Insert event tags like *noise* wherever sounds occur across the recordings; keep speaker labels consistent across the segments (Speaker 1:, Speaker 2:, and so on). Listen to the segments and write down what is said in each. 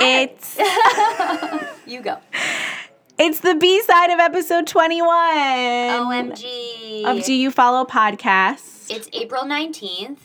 Speaker 1: It's
Speaker 2: You go.
Speaker 1: it's the B side of episode 21
Speaker 2: OMG.
Speaker 1: of Do You Follow Podcasts.
Speaker 2: It's April 19th.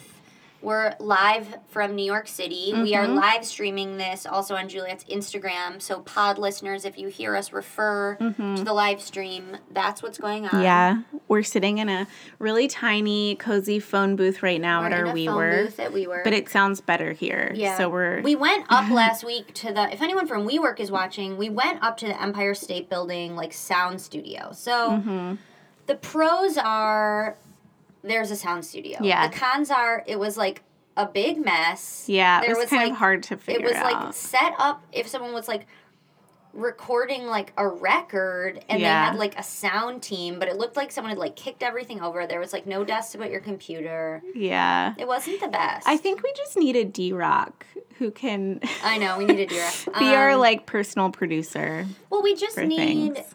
Speaker 2: We're live from New York City. We are live streaming this also on Juliet's Instagram. So, pod listeners, if you hear us refer to the live stream, that's what's going on.
Speaker 1: Yeah, we're sitting in a really tiny, cozy phone booth right now
Speaker 2: We're
Speaker 1: at our
Speaker 2: in a phone booth
Speaker 1: WeWork,
Speaker 2: at WeWork.
Speaker 1: but it sounds better here.
Speaker 2: Yeah.
Speaker 1: So we're
Speaker 2: We went
Speaker 1: *laughs*
Speaker 2: up last week to the. If anyone from WeWork is watching, we went up to the Empire State Building, like sound studio. So
Speaker 1: Mm-hmm.
Speaker 2: the pros are there's a sound studio.
Speaker 1: Yeah.
Speaker 2: The cons are it was like a big mess.
Speaker 1: yeah, it
Speaker 2: There
Speaker 1: was,
Speaker 2: was,
Speaker 1: kind of
Speaker 2: like-
Speaker 1: hard to
Speaker 2: It
Speaker 1: figure
Speaker 2: was like
Speaker 1: out.
Speaker 2: set up if someone was like recording like a record and
Speaker 1: Yeah.
Speaker 2: they had like a sound team, but it looked like someone had like kicked everything over. There was like no dust about your computer.
Speaker 1: yeah.
Speaker 2: It wasn't the best.
Speaker 1: I think we just need a D Rock who can be *laughs*
Speaker 2: I know we need to do it.
Speaker 1: our
Speaker 2: Um,
Speaker 1: like personal producer.
Speaker 2: Well, we just
Speaker 1: for
Speaker 2: need.
Speaker 1: things.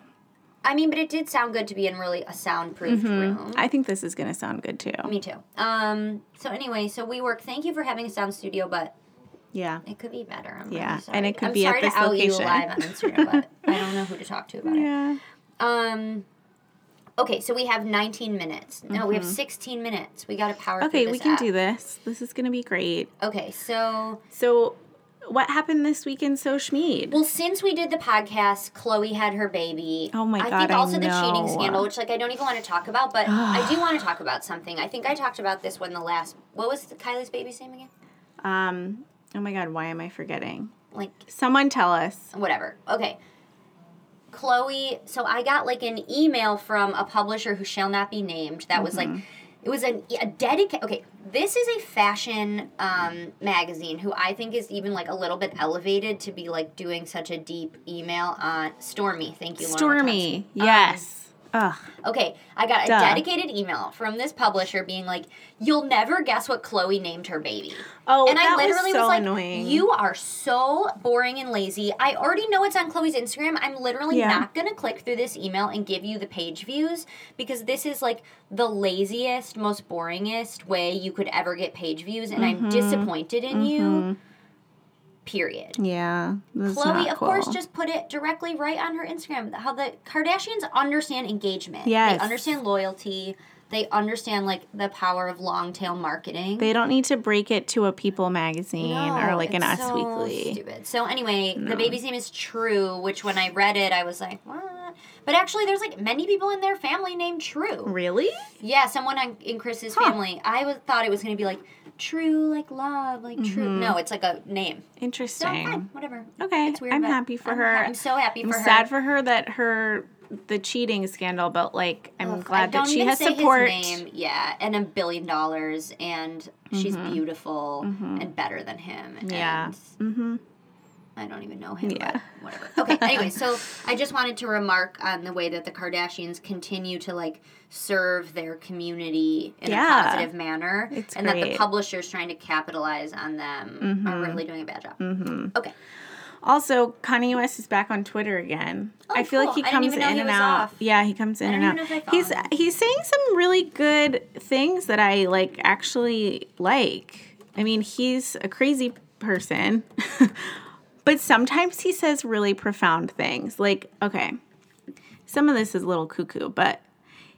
Speaker 2: I mean, but it did sound good to be in really a soundproof room.
Speaker 1: Mm-hmm. I think this is gonna sound good too.
Speaker 2: Me too. Um. So anyway, so we work. Thank you for having a sound studio, but
Speaker 1: Yeah.
Speaker 2: it could be better. I'm
Speaker 1: Yeah,
Speaker 2: really
Speaker 1: and
Speaker 2: sorry.
Speaker 1: it could
Speaker 2: I'm
Speaker 1: be at
Speaker 2: sorry
Speaker 1: this
Speaker 2: to out
Speaker 1: location.
Speaker 2: you live on Instagram, but I don't know who to talk to about
Speaker 1: *laughs*
Speaker 2: it.
Speaker 1: Yeah.
Speaker 2: Um. Okay, so we have 19 minutes. No, we have 16 minutes. We got to power.
Speaker 1: Mm-hmm. Okay,
Speaker 2: through
Speaker 1: we
Speaker 2: this
Speaker 1: can
Speaker 2: app.
Speaker 1: do this. This is gonna be great.
Speaker 2: Okay, so
Speaker 1: So, what happened this week in So Schmied?
Speaker 2: Well, since we did the podcast, Chloe had her baby.
Speaker 1: Oh my
Speaker 2: I
Speaker 1: God,
Speaker 2: think
Speaker 1: I
Speaker 2: also the cheating
Speaker 1: know.
Speaker 2: scandal, which like I don't even want to talk about, but I
Speaker 1: *sighs*
Speaker 2: do want to talk about something. I think I talked about this when the last. What was the, Kylie's baby's name again?
Speaker 1: Um, oh my God, why am I forgetting?
Speaker 2: Like
Speaker 1: Someone tell us.
Speaker 2: whatever. Okay. Chloe, so I got like an email from a publisher who shall not be named that was like,
Speaker 1: Mm-hmm.
Speaker 2: it was an, a dedicated, okay, this is a fashion um, magazine who I think is even like a little bit elevated to be like doing such a deep email on Stormy. Thank you, Lauren
Speaker 1: Stormy. Yes. Ugh.
Speaker 2: Wachowski. Okay, I got a
Speaker 1: Duh.
Speaker 2: dedicated email from this publisher being like, you'll never guess what Chloe named her baby
Speaker 1: Oh,
Speaker 2: and
Speaker 1: that
Speaker 2: I literally
Speaker 1: was
Speaker 2: was,
Speaker 1: so
Speaker 2: like,
Speaker 1: annoying.
Speaker 2: "You are so boring and lazy. I already know it's on Chloe's Instagram. I'm literally
Speaker 1: Yeah.
Speaker 2: not gonna click through this email and give you the page views because this is like the laziest, most boringest way you could ever get page views, and
Speaker 1: Mm-hmm.
Speaker 2: I'm disappointed in you." Period.
Speaker 1: Yeah. That's
Speaker 2: Chloe,
Speaker 1: Mm-hmm. not
Speaker 2: of course,
Speaker 1: cool.
Speaker 2: just put it directly right on her Instagram. How the Kardashians understand engagement.
Speaker 1: Yes.
Speaker 2: They understand loyalty. They understand like the power of long tail marketing.
Speaker 1: They don't need to break it to a People magazine or
Speaker 2: No,
Speaker 1: like an Us
Speaker 2: it's so
Speaker 1: Weekly.
Speaker 2: Stupid. So anyway, the baby's name is True, which when I read it, I was like, what? But actually, there's like many people in their family named True.
Speaker 1: Really?
Speaker 2: Yeah, someone on, in Chris's family. I was thought it was gonna be like True, like love, like True. No, it's like a name. So fine,
Speaker 1: Interesting.
Speaker 2: whatever.
Speaker 1: Mm-hmm. Okay,
Speaker 2: It's weird.
Speaker 1: I'm
Speaker 2: but
Speaker 1: happy for
Speaker 2: I'm
Speaker 1: her.
Speaker 2: ha- I'm so happy for
Speaker 1: I'm
Speaker 2: her.
Speaker 1: sad for her that her the cheating scandal, but like I'm
Speaker 2: Ugh, I
Speaker 1: glad that
Speaker 2: don't
Speaker 1: she
Speaker 2: even
Speaker 1: has
Speaker 2: say his
Speaker 1: support.
Speaker 2: name. Yeah, and a billion dollars, and she's beautiful and better than him.
Speaker 1: Mm-hmm. Yeah.
Speaker 2: and
Speaker 1: Mm-hmm.
Speaker 2: I don't even know him.
Speaker 1: Yeah. *laughs*
Speaker 2: Yeah. But whatever. Okay. anyway, so I just wanted to remark on the way that the Kardashians continue to like serve their community in
Speaker 1: Yeah.
Speaker 2: a positive manner,
Speaker 1: It's
Speaker 2: and that
Speaker 1: great. Mm-hmm.
Speaker 2: the publishers trying to capitalize on them are really doing a bad job. Okay.
Speaker 1: Also, Kanye West is back on Twitter again.
Speaker 2: Oh,
Speaker 1: I feel like
Speaker 2: cool.
Speaker 1: he
Speaker 2: I didn't
Speaker 1: comes
Speaker 2: even
Speaker 1: in
Speaker 2: know he
Speaker 1: and
Speaker 2: was
Speaker 1: out.
Speaker 2: off.
Speaker 1: Yeah, he comes in
Speaker 2: I
Speaker 1: and
Speaker 2: don't
Speaker 1: out.
Speaker 2: even know if I
Speaker 1: he's
Speaker 2: follow him.
Speaker 1: he's saying some really good things that I like actually like. I mean, he's a crazy person. *laughs* but sometimes he says really profound things. Like, okay. Some of this is a little cuckoo, but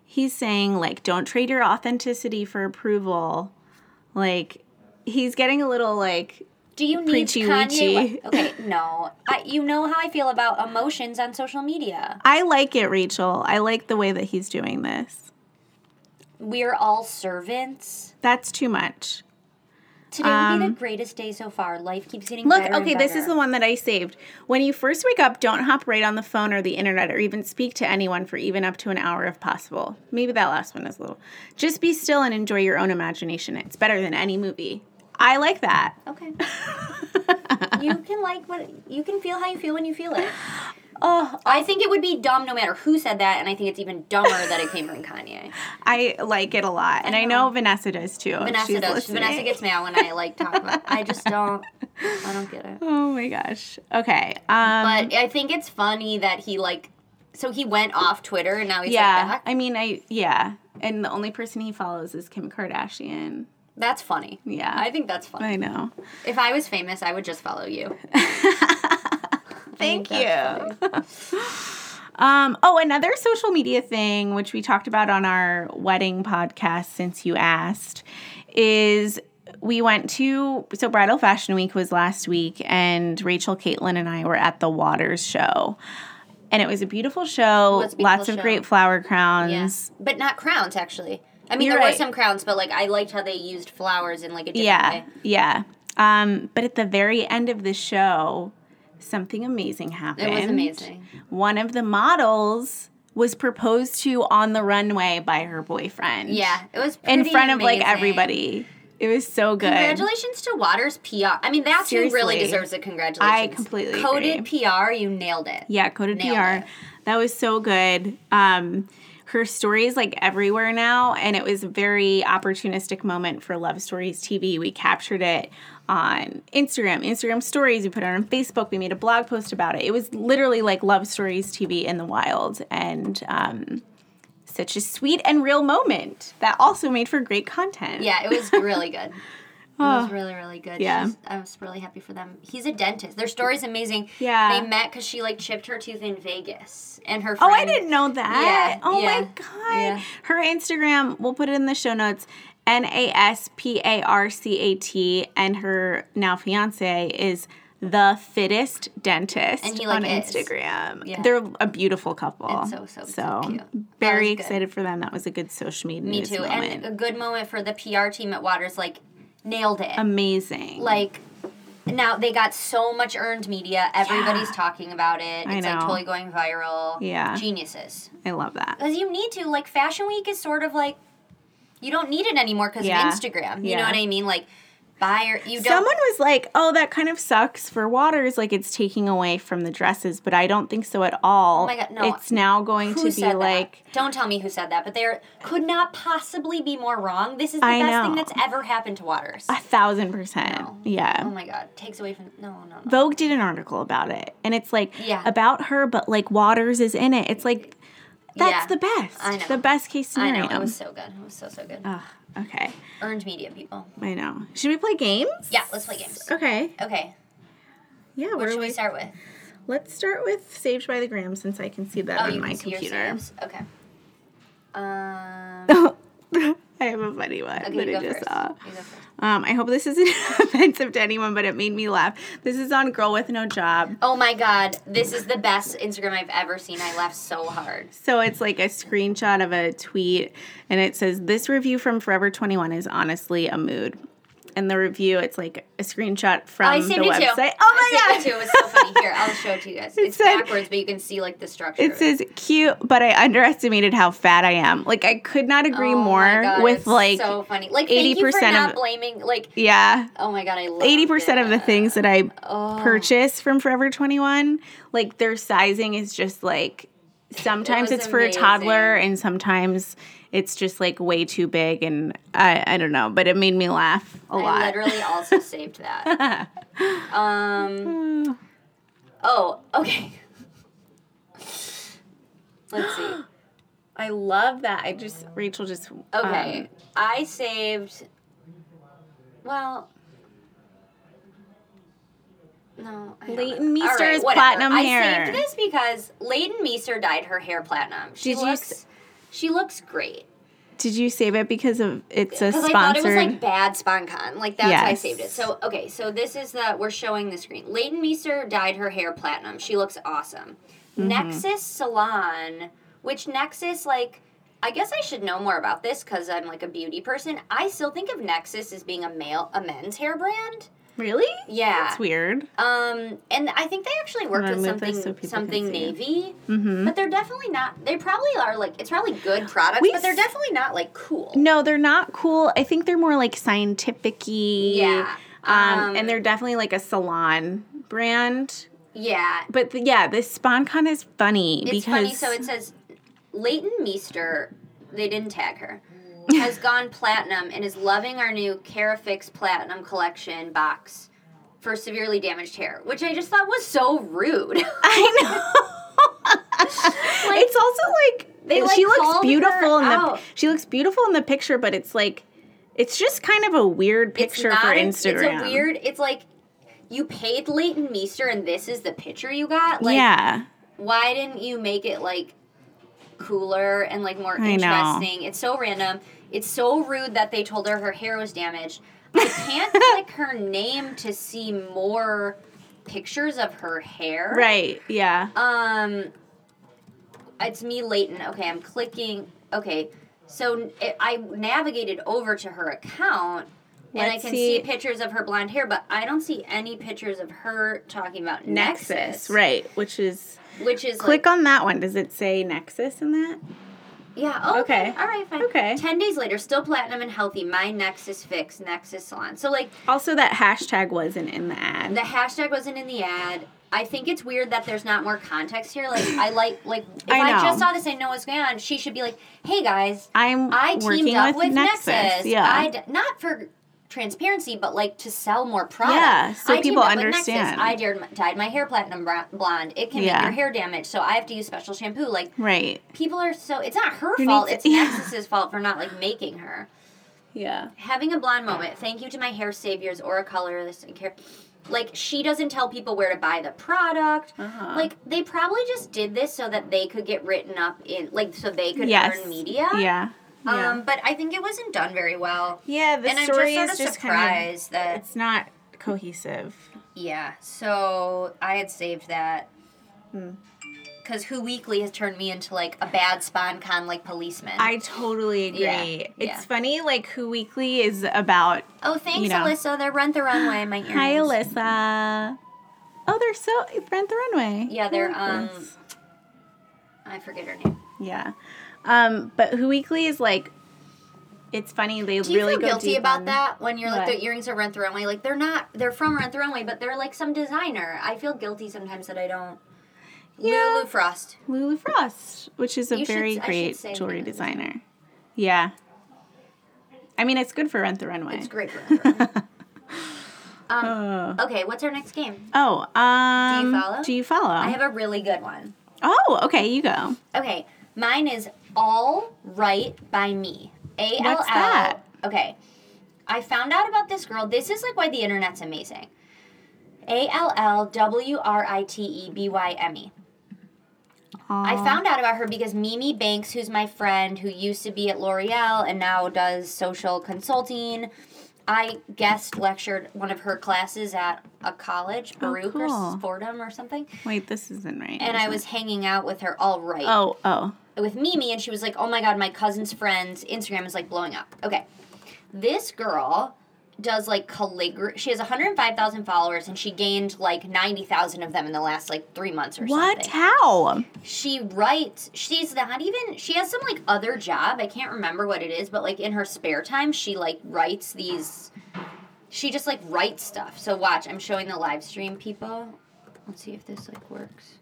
Speaker 1: he's saying like don't trade your authenticity for approval. Like he's getting a little like
Speaker 2: Do you need
Speaker 1: Preachy
Speaker 2: Kanye?
Speaker 1: weechy.
Speaker 2: West? *laughs* Okay. No. I, you know how I feel about emotions on social media.
Speaker 1: I like it, Rachel. I like the way that he's doing this.
Speaker 2: We're all servants.
Speaker 1: That's too much.
Speaker 2: Today will be the greatest day so far. Life keeps getting
Speaker 1: Um, Look,
Speaker 2: better and
Speaker 1: okay, this is
Speaker 2: better.
Speaker 1: the one that I saved. When you first wake up, don't hop right on the phone or the internet or even speak to anyone for even up to an hour if possible. Maybe that last one is a little. Just be still and enjoy your own imagination. It's better than any movie. I like that. *laughs*
Speaker 2: Okay. you can like what you can feel how you feel when you *gasps* feel it.
Speaker 1: Oh,
Speaker 2: I think it would be dumb no matter who said that, and I think it's even dumber that it came from *laughs* Kanye.
Speaker 1: I like it a lot. And I know, Vanessa does too. if
Speaker 2: Vanessa
Speaker 1: she's
Speaker 2: does.
Speaker 1: listening.
Speaker 2: Vanessa gets mad when I like talk about. I *laughs* just don't. I don't get it.
Speaker 1: Oh my gosh. Okay. Um
Speaker 2: But I think it's funny that he like. So he went off Twitter and now he's
Speaker 1: yeah.
Speaker 2: like back.
Speaker 1: I mean, I yeah. And the only person he follows is Kim Kardashian.
Speaker 2: That's funny.
Speaker 1: Yeah.
Speaker 2: I think that's funny.
Speaker 1: I know.
Speaker 2: If I was famous, I would just follow you.
Speaker 1: Thank
Speaker 2: that's
Speaker 1: you. *laughs* um, oh, another social media thing, which we talked about on our wedding podcast since you asked, is we went to, so Bridal Fashion Week was last week, and Rachel, Caitlin, and I were at the Waters show. And it was a beautiful show,
Speaker 2: was a beautiful
Speaker 1: lots of
Speaker 2: show.
Speaker 1: great flower
Speaker 2: Yeah.
Speaker 1: crowns.
Speaker 2: But not crowns, actually. I mean,
Speaker 1: You're
Speaker 2: there
Speaker 1: right.
Speaker 2: were some crowns, but like I liked how they used flowers in like a different
Speaker 1: Yeah.
Speaker 2: way.
Speaker 1: Yeah. Um, but at the very end of the show, something amazing
Speaker 2: It
Speaker 1: happened.
Speaker 2: was amazing.
Speaker 1: one of the models was proposed to on the runway by her boyfriend.
Speaker 2: Yeah, it was
Speaker 1: In
Speaker 2: pretty
Speaker 1: front of like
Speaker 2: amazing.
Speaker 1: everybody. It was so good.
Speaker 2: Congratulations to Waters PR. I mean, that's who really
Speaker 1: Seriously.
Speaker 2: deserves a congratulations.
Speaker 1: I completely
Speaker 2: coded PR. You nailed it.
Speaker 1: Yeah, coded
Speaker 2: Nailed
Speaker 1: PR.
Speaker 2: it.
Speaker 1: That was so good. Um her story is like everywhere now and it was a very opportunistic moment for Love Stories TV. We captured it on Instagram, Instagram stories, we put it on Facebook, we made a blog post about it. It was literally like Love Stories TV in the wild and um such a sweet and real moment that also made for great content.
Speaker 2: Yeah, it was
Speaker 1: *laughs*
Speaker 2: really good. It was really, really good.
Speaker 1: Oh. Yeah.
Speaker 2: She's- I was really happy for them. He's a dentist. Their story's amazing.
Speaker 1: Yeah.
Speaker 2: They met because she like chipped her tooth in Vegas, and her.
Speaker 1: Oh,
Speaker 2: Friend,
Speaker 1: I didn't know that.
Speaker 2: Yeah,
Speaker 1: oh
Speaker 2: yeah,
Speaker 1: my god.
Speaker 2: yeah.
Speaker 1: Her Instagram, we'll put it in the show notes. N A S P A R C A T and her now fiance is the fittest dentist
Speaker 2: And he, like,
Speaker 1: on
Speaker 2: is.
Speaker 1: Instagram.
Speaker 2: Yeah.
Speaker 1: They're a beautiful couple.
Speaker 2: It's so, so, so cute. That
Speaker 1: Very
Speaker 2: was good.
Speaker 1: excited for them. That was a good social media
Speaker 2: Me
Speaker 1: news
Speaker 2: too.
Speaker 1: moment.
Speaker 2: And a good moment for the PR team at Waters. Like, nailed it.
Speaker 1: Amazing.
Speaker 2: like now they got so much earned media. Everybody's talking about it.
Speaker 1: I
Speaker 2: It's like
Speaker 1: know.
Speaker 2: totally going viral.
Speaker 1: Yeah.
Speaker 2: Geniuses.
Speaker 1: I love that.
Speaker 2: Because you need to. Like Fashion Week is sort of like you don't need it anymore because
Speaker 1: Yeah.
Speaker 2: of Instagram. You
Speaker 1: Yeah.
Speaker 2: know what I mean? Like buyer you don't
Speaker 1: Someone was like, "Oh, that kind of sucks for Waters. Like, it's taking away from the dresses." But I don't think so at all. Oh
Speaker 2: my God, no.
Speaker 1: It's now going
Speaker 2: who
Speaker 1: to
Speaker 2: said
Speaker 1: be like
Speaker 2: that? Don't tell me who said that, but there could not possibly be more wrong. This is the
Speaker 1: I
Speaker 2: best thing
Speaker 1: know.
Speaker 2: that's ever happened to Waters.
Speaker 1: A thousand percent.
Speaker 2: No.
Speaker 1: Yeah.
Speaker 2: Oh my god. Takes away from no no no.
Speaker 1: Vogue did an article about it, and it's like
Speaker 2: Yeah.
Speaker 1: about her, but like Waters is in it. It's like that's
Speaker 2: Yeah.
Speaker 1: the best.
Speaker 2: I know.
Speaker 1: The best case
Speaker 2: I
Speaker 1: scenario.
Speaker 2: know. It was so good. It was so so good.
Speaker 1: Ugh, okay,
Speaker 2: Earned media people.
Speaker 1: I know. Should we play games?
Speaker 2: Yeah, let's play games.
Speaker 1: Okay.
Speaker 2: Okay.
Speaker 1: Yeah.
Speaker 2: What
Speaker 1: Where
Speaker 2: should we
Speaker 1: we
Speaker 2: start with?
Speaker 1: Let's start with Saved by the Gram since I can see that on
Speaker 2: Oh, you
Speaker 1: my
Speaker 2: can see your
Speaker 1: computer.
Speaker 2: CRMs. Okay.
Speaker 1: *laughs*
Speaker 2: Um,
Speaker 1: I have a funny one
Speaker 2: okay,
Speaker 1: that
Speaker 2: you
Speaker 1: I
Speaker 2: go,
Speaker 1: just
Speaker 2: first.
Speaker 1: saw.
Speaker 2: you go first.
Speaker 1: Um, I hope this isn't *laughs* offensive to anyone, but it made me laugh. This is on Girl with No Job.
Speaker 2: Oh my god, this is the best Instagram I've ever seen. I laughed so hard.
Speaker 1: So it's like a screenshot of a tweet, and it says, This review from Forever 21 is honestly a mood. And the review, it's like a screenshot from
Speaker 2: I
Speaker 1: the
Speaker 2: saved it
Speaker 1: website.
Speaker 2: too.
Speaker 1: Oh
Speaker 2: I
Speaker 1: my
Speaker 2: saved
Speaker 1: God.
Speaker 2: it too. It was so funny. Here, I'll show it to you
Speaker 1: *laughs*
Speaker 2: guys. It's
Speaker 1: said-
Speaker 2: backwards, but you can see like the structure.
Speaker 1: It says, Cute, but I underestimated how fat I am. Like, I could not agree
Speaker 2: Oh my
Speaker 1: more
Speaker 2: God,
Speaker 1: with
Speaker 2: it's
Speaker 1: like,
Speaker 2: so funny. Like thank you for
Speaker 1: 80%
Speaker 2: not
Speaker 1: of-
Speaker 2: blaming. Like
Speaker 1: yeah.
Speaker 2: oh my god, I love
Speaker 1: 80% of the things that I
Speaker 2: Oh.
Speaker 1: purchase from Forever 21, like their sizing is just like sometimes
Speaker 2: was
Speaker 1: it's for a toddler
Speaker 2: amazing.
Speaker 1: and sometimes it's just like way too big and I, I don't know, but it made me laugh a
Speaker 2: I
Speaker 1: lot. *laughs*
Speaker 2: literally also saved that. Um.
Speaker 1: *laughs*
Speaker 2: Oh, okay. *laughs* Let's see.
Speaker 1: I love that. I just Rachel just
Speaker 2: Okay.
Speaker 1: um,
Speaker 2: I saved. Well. No. I don't know.
Speaker 1: Leighton
Speaker 2: All
Speaker 1: Meester is
Speaker 2: whatever.
Speaker 1: platinum
Speaker 2: I
Speaker 1: hair.
Speaker 2: saved this because Leighton Meester dyed her hair platinum. She
Speaker 1: Did you
Speaker 2: looks.
Speaker 1: s-
Speaker 2: she looks great.
Speaker 1: did you save it because of it's a
Speaker 2: Because I thought it was
Speaker 1: sponsored?
Speaker 2: like bad SponCon. Like that's why I
Speaker 1: Yes.
Speaker 2: saved it. So okay, so this is the we're showing the screen. Leighton Meester dyed her hair platinum. She looks awesome.
Speaker 1: Mm-hmm.
Speaker 2: Nexus Salon, which Nexus like I guess I should know more about this because I'm like a beauty person. I still think of Nexus as being a male a men's hair brand.
Speaker 1: really?
Speaker 2: Yeah.
Speaker 1: That's weird.
Speaker 2: Um, and I think they actually
Speaker 1: I'm
Speaker 2: worked
Speaker 1: gonna
Speaker 2: with
Speaker 1: move this so
Speaker 2: something
Speaker 1: people can
Speaker 2: something
Speaker 1: see it.
Speaker 2: navy,
Speaker 1: Mhm.
Speaker 2: but they're definitely not. They probably are like it's probably good products,
Speaker 1: We
Speaker 2: but they're
Speaker 1: s-
Speaker 2: definitely not like cool.
Speaker 1: No, they're not cool. I think they're more like scientific
Speaker 2: Yeah.
Speaker 1: Um,
Speaker 2: Um,
Speaker 1: and they're definitely like a salon brand.
Speaker 2: Yeah,
Speaker 1: But the, yeah, this SponCon is funny
Speaker 2: It's
Speaker 1: because
Speaker 2: funny. So it says Leighton Meester. They didn't tag her.
Speaker 1: *laughs*
Speaker 2: Has gone platinum and is loving our new Carafix Platinum Collection box for severely damaged hair, which I just thought was so rude.
Speaker 1: *laughs*
Speaker 2: *laughs*
Speaker 1: I know. it's also like
Speaker 2: They, like,
Speaker 1: she looks
Speaker 2: called
Speaker 1: beautiful
Speaker 2: her
Speaker 1: in the
Speaker 2: out.
Speaker 1: she looks beautiful in the picture, but it's like It's just kind of a weird
Speaker 2: It's
Speaker 1: picture
Speaker 2: not.
Speaker 1: for
Speaker 2: an-
Speaker 1: Instagram.
Speaker 2: It's a weird. It's like you paid Leighton Meester, and this is the picture you got. Like,
Speaker 1: yeah.
Speaker 2: Why didn't you make it like cooler and like more
Speaker 1: I know.
Speaker 2: interesting? It's so random. It's so rude that they told her her hair was damaged. I
Speaker 1: *laughs*
Speaker 2: can't click her name to see more pictures of her hair.
Speaker 1: Right. Yeah.
Speaker 2: Um, it's me, Leighton. Okay, I'm clicking. Okay, so it, I navigated over to her account, and I
Speaker 1: Let's
Speaker 2: can
Speaker 1: see.
Speaker 2: see. pictures of her blonde hair, but I don't see any pictures of her talking about
Speaker 1: Nexus.
Speaker 2: Nexus,
Speaker 1: Right. Which is
Speaker 2: Which is
Speaker 1: click
Speaker 2: like,
Speaker 1: on that one. Does it say Nexus in that?
Speaker 2: yeah. Oh, okay.
Speaker 1: okay.
Speaker 2: All right. Fine.
Speaker 1: Okay.
Speaker 2: Ten days later, still platinum and healthy. My Nexus fix, Nexus salon. So like
Speaker 1: Also, that hashtag wasn't in the ad.
Speaker 2: the hashtag wasn't in the ad. I think it's weird that there's not more context here. Like I like like if
Speaker 1: I
Speaker 2: I,
Speaker 1: know.
Speaker 2: just saw this and know what's going on, she should be like, "Hey guys,
Speaker 1: I'm
Speaker 2: I
Speaker 1: working
Speaker 2: teamed up
Speaker 1: with, Nexus. Yeah.
Speaker 2: I d- not for transparency, but like to sell more product.
Speaker 1: Yeah, so
Speaker 2: I teamed
Speaker 1: people
Speaker 2: up with Nexus.
Speaker 1: understand.
Speaker 2: I dared, dyed my hair platinum bro- blonde. It can
Speaker 1: Yeah.
Speaker 2: make your hair damaged, so I have to use special shampoo. Like
Speaker 1: right.
Speaker 2: people are so. It's not her
Speaker 1: Who
Speaker 2: fault.
Speaker 1: needs
Speaker 2: It's
Speaker 1: it? *laughs* Yeah.
Speaker 2: Nexus's fault for not like making her
Speaker 1: Yeah.
Speaker 2: having a blonde moment. Thank you to my hair saviors or a colorless and care. Like she doesn't tell people where to buy the product.
Speaker 1: Uh-huh.
Speaker 2: Like they probably just did this so that they could get written up in like so they could
Speaker 1: yes.
Speaker 2: earn media.
Speaker 1: Yeah. Yeah.
Speaker 2: Um, but I think it wasn't done very well.
Speaker 1: yeah. The
Speaker 2: and I'm
Speaker 1: story
Speaker 2: just
Speaker 1: is
Speaker 2: sort of
Speaker 1: just kind
Speaker 2: surprised
Speaker 1: of.
Speaker 2: that
Speaker 1: It's not cohesive.
Speaker 2: yeah. So I had saved that
Speaker 1: Hmm.
Speaker 2: because Who Weekly has turned me into like a bad SponCon like policeman.
Speaker 1: I totally agree.
Speaker 2: Yeah,
Speaker 1: It's
Speaker 2: yeah.
Speaker 1: funny, like Who Weekly is about
Speaker 2: oh, thanks,
Speaker 1: you know.
Speaker 2: Alyssa. They're rent the runway. My ears.
Speaker 1: Hi Alyssa. Oh, they're so rent the runway.
Speaker 2: Yeah,
Speaker 1: I
Speaker 2: they're,
Speaker 1: like
Speaker 2: um,
Speaker 1: this.
Speaker 2: I forget her name.
Speaker 1: Yeah. Um, but Who Weekly is like it's funny, they
Speaker 2: Do you
Speaker 1: really
Speaker 2: feel
Speaker 1: go
Speaker 2: guilty
Speaker 1: deep
Speaker 2: about
Speaker 1: on-
Speaker 2: that when you're like
Speaker 1: What?
Speaker 2: the earrings are rent the runway? Like they're not. They're from rent the runway, but they're like some designer. I feel guilty sometimes that I don't.
Speaker 1: Yeah.
Speaker 2: Lulu Frost.
Speaker 1: Lulu Frost, which is a
Speaker 2: You should-
Speaker 1: very
Speaker 2: I should
Speaker 1: great
Speaker 2: say
Speaker 1: jewelry
Speaker 2: Lulu.
Speaker 1: designer. Yeah. I mean it's good for rent the runway.
Speaker 2: It's
Speaker 1: *laughs*
Speaker 2: great. for Rent the Runway. um,
Speaker 1: oh.
Speaker 2: okay, what's our next game?
Speaker 1: Oh, um
Speaker 2: follow?
Speaker 1: Do you follow?
Speaker 2: I have a really good one.
Speaker 1: oh, okay, you go.
Speaker 2: Okay, mine is All Right by Me. A L L.
Speaker 1: What's that?
Speaker 2: Okay, I found out about this girl. This is like why the internet's amazing. A L L W R I T E B Y M E. I
Speaker 1: Aw.
Speaker 2: found out about her because Mimi Banks, who's my friend who used to be at L'Oreal and now does social consulting, I guest lectured one of her classes at a college, Baruch
Speaker 1: Oh, cool.
Speaker 2: or Fordham or something,
Speaker 1: Wait, this isn't right.
Speaker 2: and
Speaker 1: is
Speaker 2: I
Speaker 1: it?
Speaker 2: was hanging out with her all right
Speaker 1: Oh, oh.
Speaker 2: with Mimi, and she was like, "Oh my god, my cousin's friend's Instagram is like blowing up." Okay, this girl does like calligraphy. She has 105,000 followers, and she gained like 90,000 of them in the last like three months or
Speaker 1: What?
Speaker 2: something.
Speaker 1: How?
Speaker 2: She writes. She's not even. She has some like other job. I can't remember what it is, but like in her spare time, she like writes these. She just like writes stuff. So watch. I'm showing the live stream people. Let's see if this like works.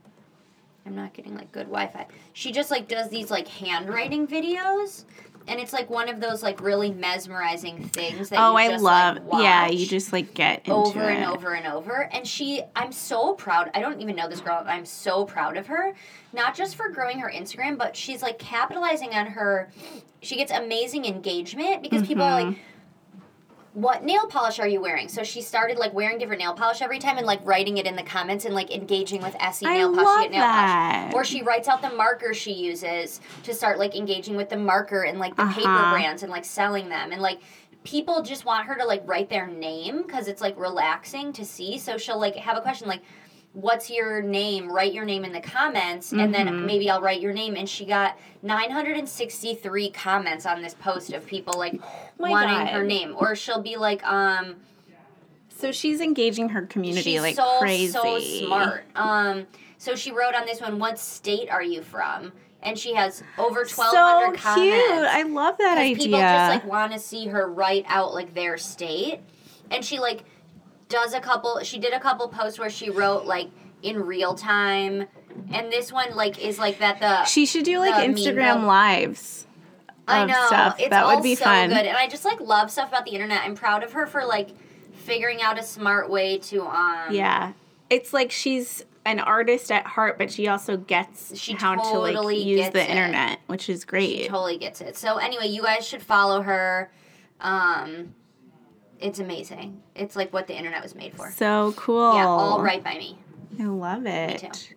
Speaker 2: I'm not getting like good Wi-Fi. She just like does these like handwriting videos, and it's like one of those like really mesmerizing things that.
Speaker 1: Oh,
Speaker 2: you
Speaker 1: I
Speaker 2: just,
Speaker 1: love.
Speaker 2: Like,
Speaker 1: yeah, you
Speaker 2: watch
Speaker 1: just like get into
Speaker 2: over
Speaker 1: it.
Speaker 2: and over and over. And she, I'm so proud. I don't even know this girl. but I'm so proud of her, not just for growing her Instagram, but she's like capitalizing on her. She gets amazing engagement because people are like,
Speaker 1: Mm-hmm.
Speaker 2: "What nail polish are you wearing?" So she started like wearing different nail polish every time and like writing it in the comments and like engaging with Essie
Speaker 1: I
Speaker 2: nail polish. to
Speaker 1: love
Speaker 2: get nail
Speaker 1: that.
Speaker 2: polish. Or she writes out the marker she uses to start like engaging with the marker and like the
Speaker 1: Uh-huh.
Speaker 2: paper brands and like selling them and like people just want her to like write their name because it's like relaxing to see so she'll like have a question like what's your name write your name in the comments and
Speaker 1: Mm-hmm.
Speaker 2: then maybe i'll write your name and she got 963 comments on this post of people like
Speaker 1: *gasps* my
Speaker 2: wanting
Speaker 1: God.
Speaker 2: her name or she'll be like um
Speaker 1: So she's engaging her community
Speaker 2: She's
Speaker 1: like
Speaker 2: so,
Speaker 1: crazy.
Speaker 2: So smart. Um, so she wrote on this one, "What state are you from?" And she has over twelve
Speaker 1: So
Speaker 2: hundred
Speaker 1: cute.
Speaker 2: comments.
Speaker 1: I love that
Speaker 2: 'Cause
Speaker 1: idea.
Speaker 2: People just like want to see her write out like their state, and she like does a couple. She did a couple posts where she wrote like in real time, and this one like is like that the
Speaker 1: she should do like
Speaker 2: the Mean
Speaker 1: Instagram
Speaker 2: Girls.
Speaker 1: lives.
Speaker 2: I
Speaker 1: of
Speaker 2: know
Speaker 1: stuff.
Speaker 2: it's
Speaker 1: That
Speaker 2: all
Speaker 1: would be
Speaker 2: so
Speaker 1: fun.
Speaker 2: good, and I just like love stuff about the internet. I'm proud of her for like figuring out a smart way to um
Speaker 1: Yeah. It's like she's an artist at heart, but she also gets
Speaker 2: She
Speaker 1: how to
Speaker 2: totally
Speaker 1: like use
Speaker 2: gets
Speaker 1: the
Speaker 2: it.
Speaker 1: internet, which is great.
Speaker 2: She totally gets it. So anyway, you guys should follow her. Um, it's amazing. It's like what the internet was made for.
Speaker 1: So cool.
Speaker 2: Yeah, all right by me.
Speaker 1: I love it.
Speaker 2: too.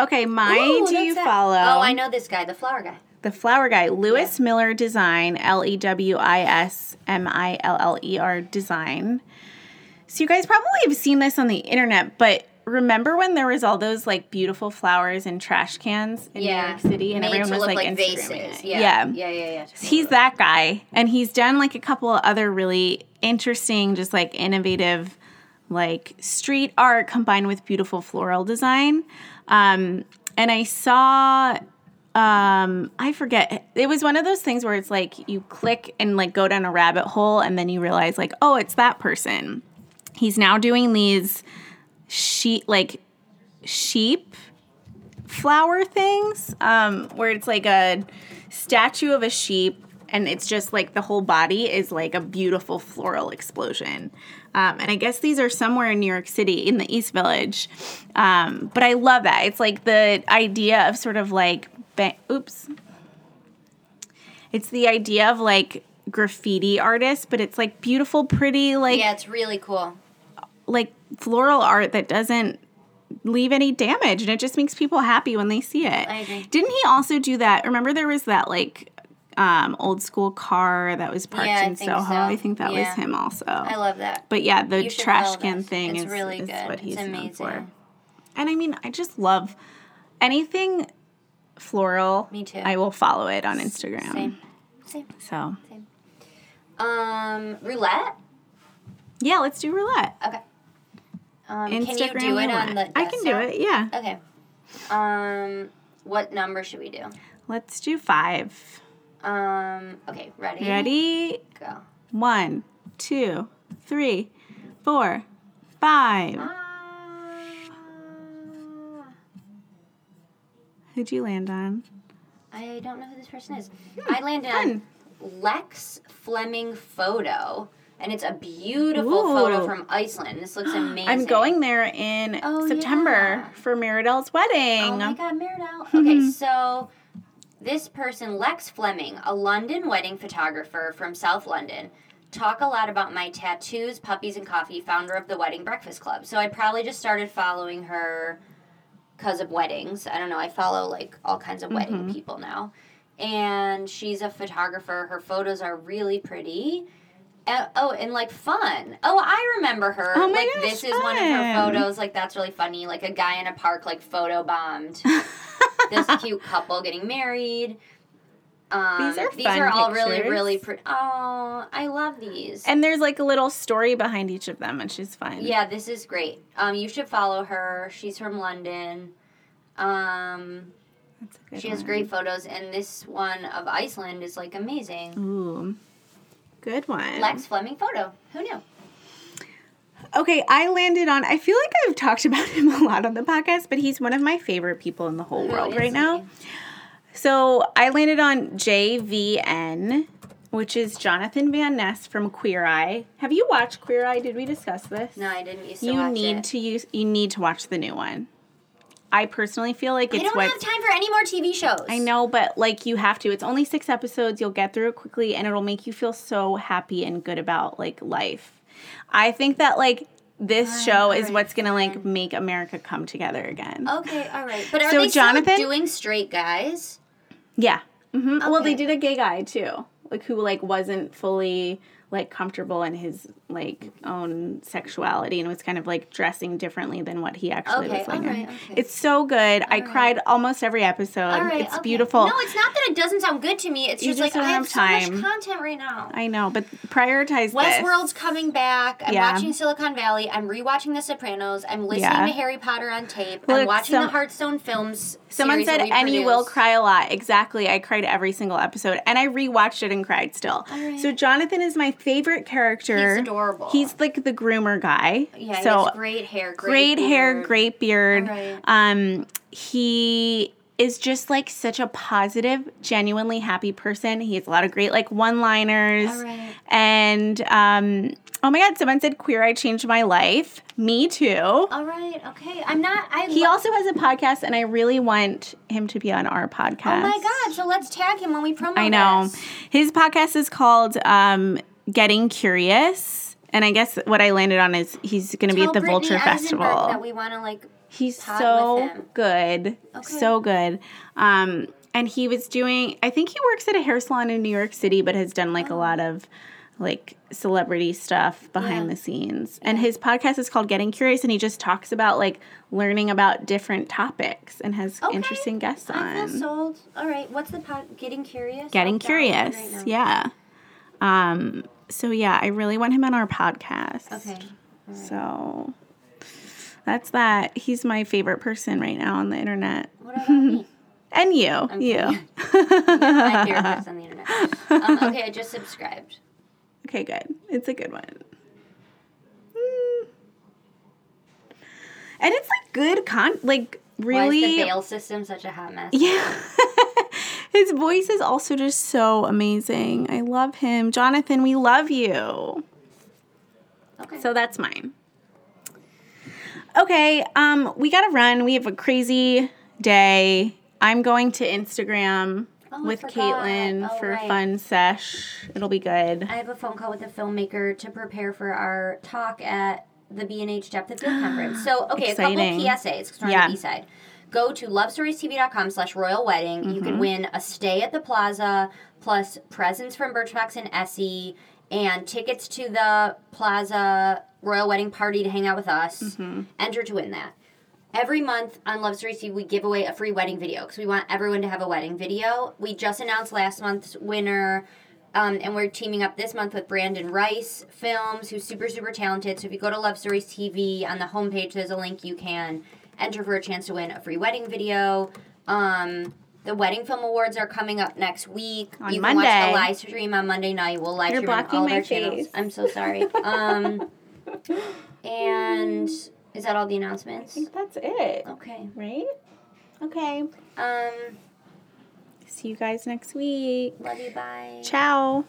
Speaker 1: Okay, my
Speaker 2: Ooh,
Speaker 1: do you
Speaker 2: that's it.
Speaker 1: follow?
Speaker 2: Oh, I know this guy, the flower guy.
Speaker 1: The flower guy, Lewis Miller Design, L E W I S M I L L E R Design. So you guys probably have seen this on the internet, but remember when there was all those like beautiful flowers in trash cans in New York City, and
Speaker 2: Made
Speaker 1: everyone
Speaker 2: to
Speaker 1: was
Speaker 2: look
Speaker 1: like,
Speaker 2: like
Speaker 1: Instagramming
Speaker 2: vases.
Speaker 1: it?
Speaker 2: Yeah.
Speaker 1: yeah,
Speaker 2: Yeah, yeah, yeah.
Speaker 1: He's that guy, and he's done like a couple of other really interesting, just like innovative, like street art combined with beautiful floral design. Um, and I saw, um, I forget, it was one of those things where it's like you click and like go down a rabbit hole, and then you realize like, oh, it's that person. He's now doing these sheep, like sheep flower things um, where it's like a statue of a sheep and it's just like the whole body is like a beautiful floral explosion um, and i guess these are somewhere in new york city in the east village um, but i love that it's like the idea of sort of like ba- oops it's the idea of like graffiti artists but it's like beautiful pretty like
Speaker 2: yeah, it's really cool.
Speaker 1: like floral art that doesn't leave any damage and it just makes people happy when they see it.
Speaker 2: I agree.
Speaker 1: Didn't he also do that? Remember there was that like um old school car that was parked
Speaker 2: Yeah, I
Speaker 1: in
Speaker 2: think
Speaker 1: Soho.
Speaker 2: so.
Speaker 1: I think that
Speaker 2: Yeah.
Speaker 1: was him also.
Speaker 2: I love that.
Speaker 1: but yeah, the
Speaker 2: You should
Speaker 1: trash
Speaker 2: follow
Speaker 1: can
Speaker 2: this.
Speaker 1: thing
Speaker 2: It's
Speaker 1: is,
Speaker 2: really
Speaker 1: is
Speaker 2: good.
Speaker 1: what
Speaker 2: It's
Speaker 1: he's known for.
Speaker 2: amazing.
Speaker 1: And I mean, I just love anything floral.
Speaker 2: Me too.
Speaker 1: I will follow it on Instagram.
Speaker 2: Same. Same.
Speaker 1: So,
Speaker 2: Um, roulette?
Speaker 1: yeah, let's do roulette.
Speaker 2: Okay. Um,
Speaker 1: Instagram
Speaker 2: can you do it on the
Speaker 1: roulette. I can do
Speaker 2: desktop?
Speaker 1: it. Yeah.
Speaker 2: Okay. Um, what number should we do?
Speaker 1: Let's do 5.
Speaker 2: Um, okay, ready?
Speaker 1: Ready?
Speaker 2: Go.
Speaker 1: One, two, three, four, five. Ah. Who'd you land on?
Speaker 2: I don't know who this person is.
Speaker 1: Hmm,
Speaker 2: I landed on Lex Fleming photo, and it's a beautiful photo
Speaker 1: Ooh.
Speaker 2: from Iceland. This looks
Speaker 1: *gasps*
Speaker 2: amazing.
Speaker 1: I'm going there in
Speaker 2: Oh,
Speaker 1: September
Speaker 2: yeah.
Speaker 1: for Miridel's wedding.
Speaker 2: Oh
Speaker 1: *laughs*
Speaker 2: my God, Meridal. Okay, so this person, Lex Fleming, a London wedding photographer from South London, talk a lot about my tattoos, puppies, and coffee. Founder of the Wedding Breakfast Club. So I probably just started following her because of weddings. I don't know. I follow like all kinds of wedding
Speaker 1: Mm-hmm.
Speaker 2: people now, and she's a photographer. Her photos are really pretty. Uh, oh, and like fun. Oh, I remember her.
Speaker 1: Oh my
Speaker 2: like
Speaker 1: gosh,
Speaker 2: this is one of her
Speaker 1: fun.
Speaker 2: photos. Like that's really funny. Like a guy in a park like
Speaker 1: *laughs*
Speaker 2: photo bombed this cute couple getting married. Um,
Speaker 1: These are
Speaker 2: these
Speaker 1: fun
Speaker 2: are all really
Speaker 1: pictures.
Speaker 2: really pretty. Oh, I love these.
Speaker 1: and there's like a little story behind each of them, which is fun.
Speaker 2: Yeah, this is great. Um, you should follow her. She's from London. Um,
Speaker 1: That's a good
Speaker 2: she has
Speaker 1: one.
Speaker 2: great photos, and this one of Iceland is like amazing.
Speaker 1: Mm-hmm. Ooh, good one.
Speaker 2: Lex Fleming photo. Who knew?
Speaker 1: Okay, I landed on. I feel like I've talked *laughs* about him a lot on the podcast, but he's one of my favorite people in the whole world
Speaker 2: is
Speaker 1: right
Speaker 2: he?
Speaker 1: now. So I landed on JVN, which is Jonathan Van Ness from Queer Eye. Have you watched Queer Eye? Did we discuss this?
Speaker 2: No, I didn't used to
Speaker 1: You
Speaker 2: watch
Speaker 1: need
Speaker 2: it.
Speaker 1: to use. You need to watch the new one. I personally feel like
Speaker 2: I
Speaker 1: it's
Speaker 2: don't
Speaker 1: what
Speaker 2: have time for any more TV shows.
Speaker 1: I know, but like you have to. It's only six episodes. You'll get through it quickly, and it'll make you feel so happy and good about like life. I think that like this show is
Speaker 2: alright,
Speaker 1: what's gonna like make America come together again.
Speaker 2: Okay, all
Speaker 1: *sighs*
Speaker 2: right. But are
Speaker 1: So,
Speaker 2: they still
Speaker 1: Jonathan-
Speaker 2: doing straight guys?
Speaker 1: Yeah. hmm Well, they
Speaker 2: Okay.
Speaker 1: did a gay guy too, like who like wasn't fully like comfortable in his like own sexuality and was kind of like dressing differently than what he actually
Speaker 2: Okay,
Speaker 1: was like.
Speaker 2: alright,
Speaker 1: in.
Speaker 2: okay.
Speaker 1: It's so good. I cried almost every episode.
Speaker 2: All right,
Speaker 1: Um, it's
Speaker 2: okay.
Speaker 1: beautiful.
Speaker 2: No, it's not that it doesn't sound good to me. It's
Speaker 1: You
Speaker 2: just,
Speaker 1: just
Speaker 2: like
Speaker 1: don't
Speaker 2: I have
Speaker 1: have
Speaker 2: so
Speaker 1: time.
Speaker 2: much content right now.
Speaker 1: I know, but prioritize this.
Speaker 2: Westworld's coming back. I'm
Speaker 1: Yeah.
Speaker 2: watching Silicon Valley. I'm rewatching The Sopranos. I'm listening
Speaker 1: Yeah.
Speaker 2: to Harry Potter on tape. I'm
Speaker 1: Look,
Speaker 2: watching the
Speaker 1: some-
Speaker 2: Hearthstone films.
Speaker 1: Someone
Speaker 2: series
Speaker 1: said,
Speaker 2: that we
Speaker 1: and you will
Speaker 2: produce."
Speaker 1: cry a lot. Exactly. I cried every single episode. And I rewatched it and cried still.
Speaker 2: right.
Speaker 1: So Jonathan is my favorite character.
Speaker 2: He's adorable.
Speaker 1: He's like the groomer guy.
Speaker 2: Yeah,
Speaker 1: so
Speaker 2: he has great hair.
Speaker 1: great, hair,
Speaker 2: beard.
Speaker 1: great beard.
Speaker 2: All right.
Speaker 1: Um, he is just like such a positive, genuinely happy person. He has a lot of great like one-liners.
Speaker 2: All right.
Speaker 1: And um, oh my god, someone said queer I changed my life. Me too.
Speaker 2: All right, okay. I'm not. I.
Speaker 1: He
Speaker 2: lo-
Speaker 1: also has a podcast, and I really want him to be on our podcast.
Speaker 2: Oh my God! So let's tag him when we promote.
Speaker 1: I know.
Speaker 2: this.
Speaker 1: His podcast is called um, getting curious. And I guess what I landed on is he's going to be
Speaker 2: Tell
Speaker 1: at the
Speaker 2: Brittany
Speaker 1: Vulture
Speaker 2: Eisenberg
Speaker 1: Festival.
Speaker 2: That we want to like.
Speaker 1: He's
Speaker 2: pod
Speaker 1: so
Speaker 2: with him. Oh,
Speaker 1: good. So good. Um, and he was doing, I think he works at a hair salon in New York City, but has done like a lot of like celebrity stuff behind
Speaker 2: Oh. Yeah.
Speaker 1: the scenes. And his podcast is called Getting Curious, and he just talks about like learning about different topics and has
Speaker 2: Okay.
Speaker 1: interesting guests
Speaker 2: I feel
Speaker 1: on.
Speaker 2: sold. All right. What's the pod? Getting curious.
Speaker 1: Getting
Speaker 2: I'll download it
Speaker 1: Curious.
Speaker 2: right now.
Speaker 1: yeah. Um, so yeah, I really want him on our podcast.
Speaker 2: Okay.
Speaker 1: So that's that. He's my favorite person right now on the internet.
Speaker 2: What
Speaker 1: *laughs*
Speaker 2: about me?
Speaker 1: And you. you.
Speaker 2: kidding. My favorite person on the internet. Um, okay, I just subscribed.
Speaker 1: *laughs* Okay, good. It's a good one. Mm. And it's like good con like really
Speaker 2: Why is the bail system such a hot mess?
Speaker 1: *laughs* Yeah. *laughs* His voice is also just so amazing. I love him. Jonathan, we love you.
Speaker 2: Okay.
Speaker 1: So that's mine. Okay, um, we gotta run. We have a crazy day. I'm going to Instagram
Speaker 2: Oh, I
Speaker 1: with
Speaker 2: forgot.
Speaker 1: Caitlin
Speaker 2: Oh,
Speaker 1: for a
Speaker 2: right.
Speaker 1: fun sesh. It'll be good.
Speaker 2: I have a phone call with a filmmaker to prepare for our talk at the B&H Depth of Field Conference. So, okay,
Speaker 1: Exciting.
Speaker 2: a couple PSAs 'cause we're on
Speaker 1: Yeah.
Speaker 2: the B-side. Go to lovestoriestv.com slash royal wedding. You
Speaker 1: Mm-hmm.
Speaker 2: can win a stay at the plaza plus presents from Birchbox and Essie and tickets to the plaza royal wedding party to hang out with us.
Speaker 1: Mm-hmm.
Speaker 2: Enter to win that. Every month on Love Story TV, we give away a free wedding video because we want everyone to have a wedding video. We just announced last month's winner, um, and we're teaming up this month with Brandon Rice Films, who's super, super talented. So if you go to Love Stories TV on the homepage, there's a link you can enter for a chance to win a free wedding video. Um, the Wedding Film Awards are coming up next week.
Speaker 1: On
Speaker 2: you can watch
Speaker 1: Monday.
Speaker 2: the live stream on Monday night. We'll live
Speaker 1: You're
Speaker 2: stream on
Speaker 1: blocking
Speaker 2: all
Speaker 1: my
Speaker 2: their channels.
Speaker 1: face.
Speaker 2: I'm so sorry.
Speaker 1: *laughs*
Speaker 2: Um, and is that all the announcements?
Speaker 1: That's it,
Speaker 2: Okay.
Speaker 1: right? Okay.
Speaker 2: Um,
Speaker 1: See you guys next week.
Speaker 2: love you. Bye.
Speaker 1: Ciao.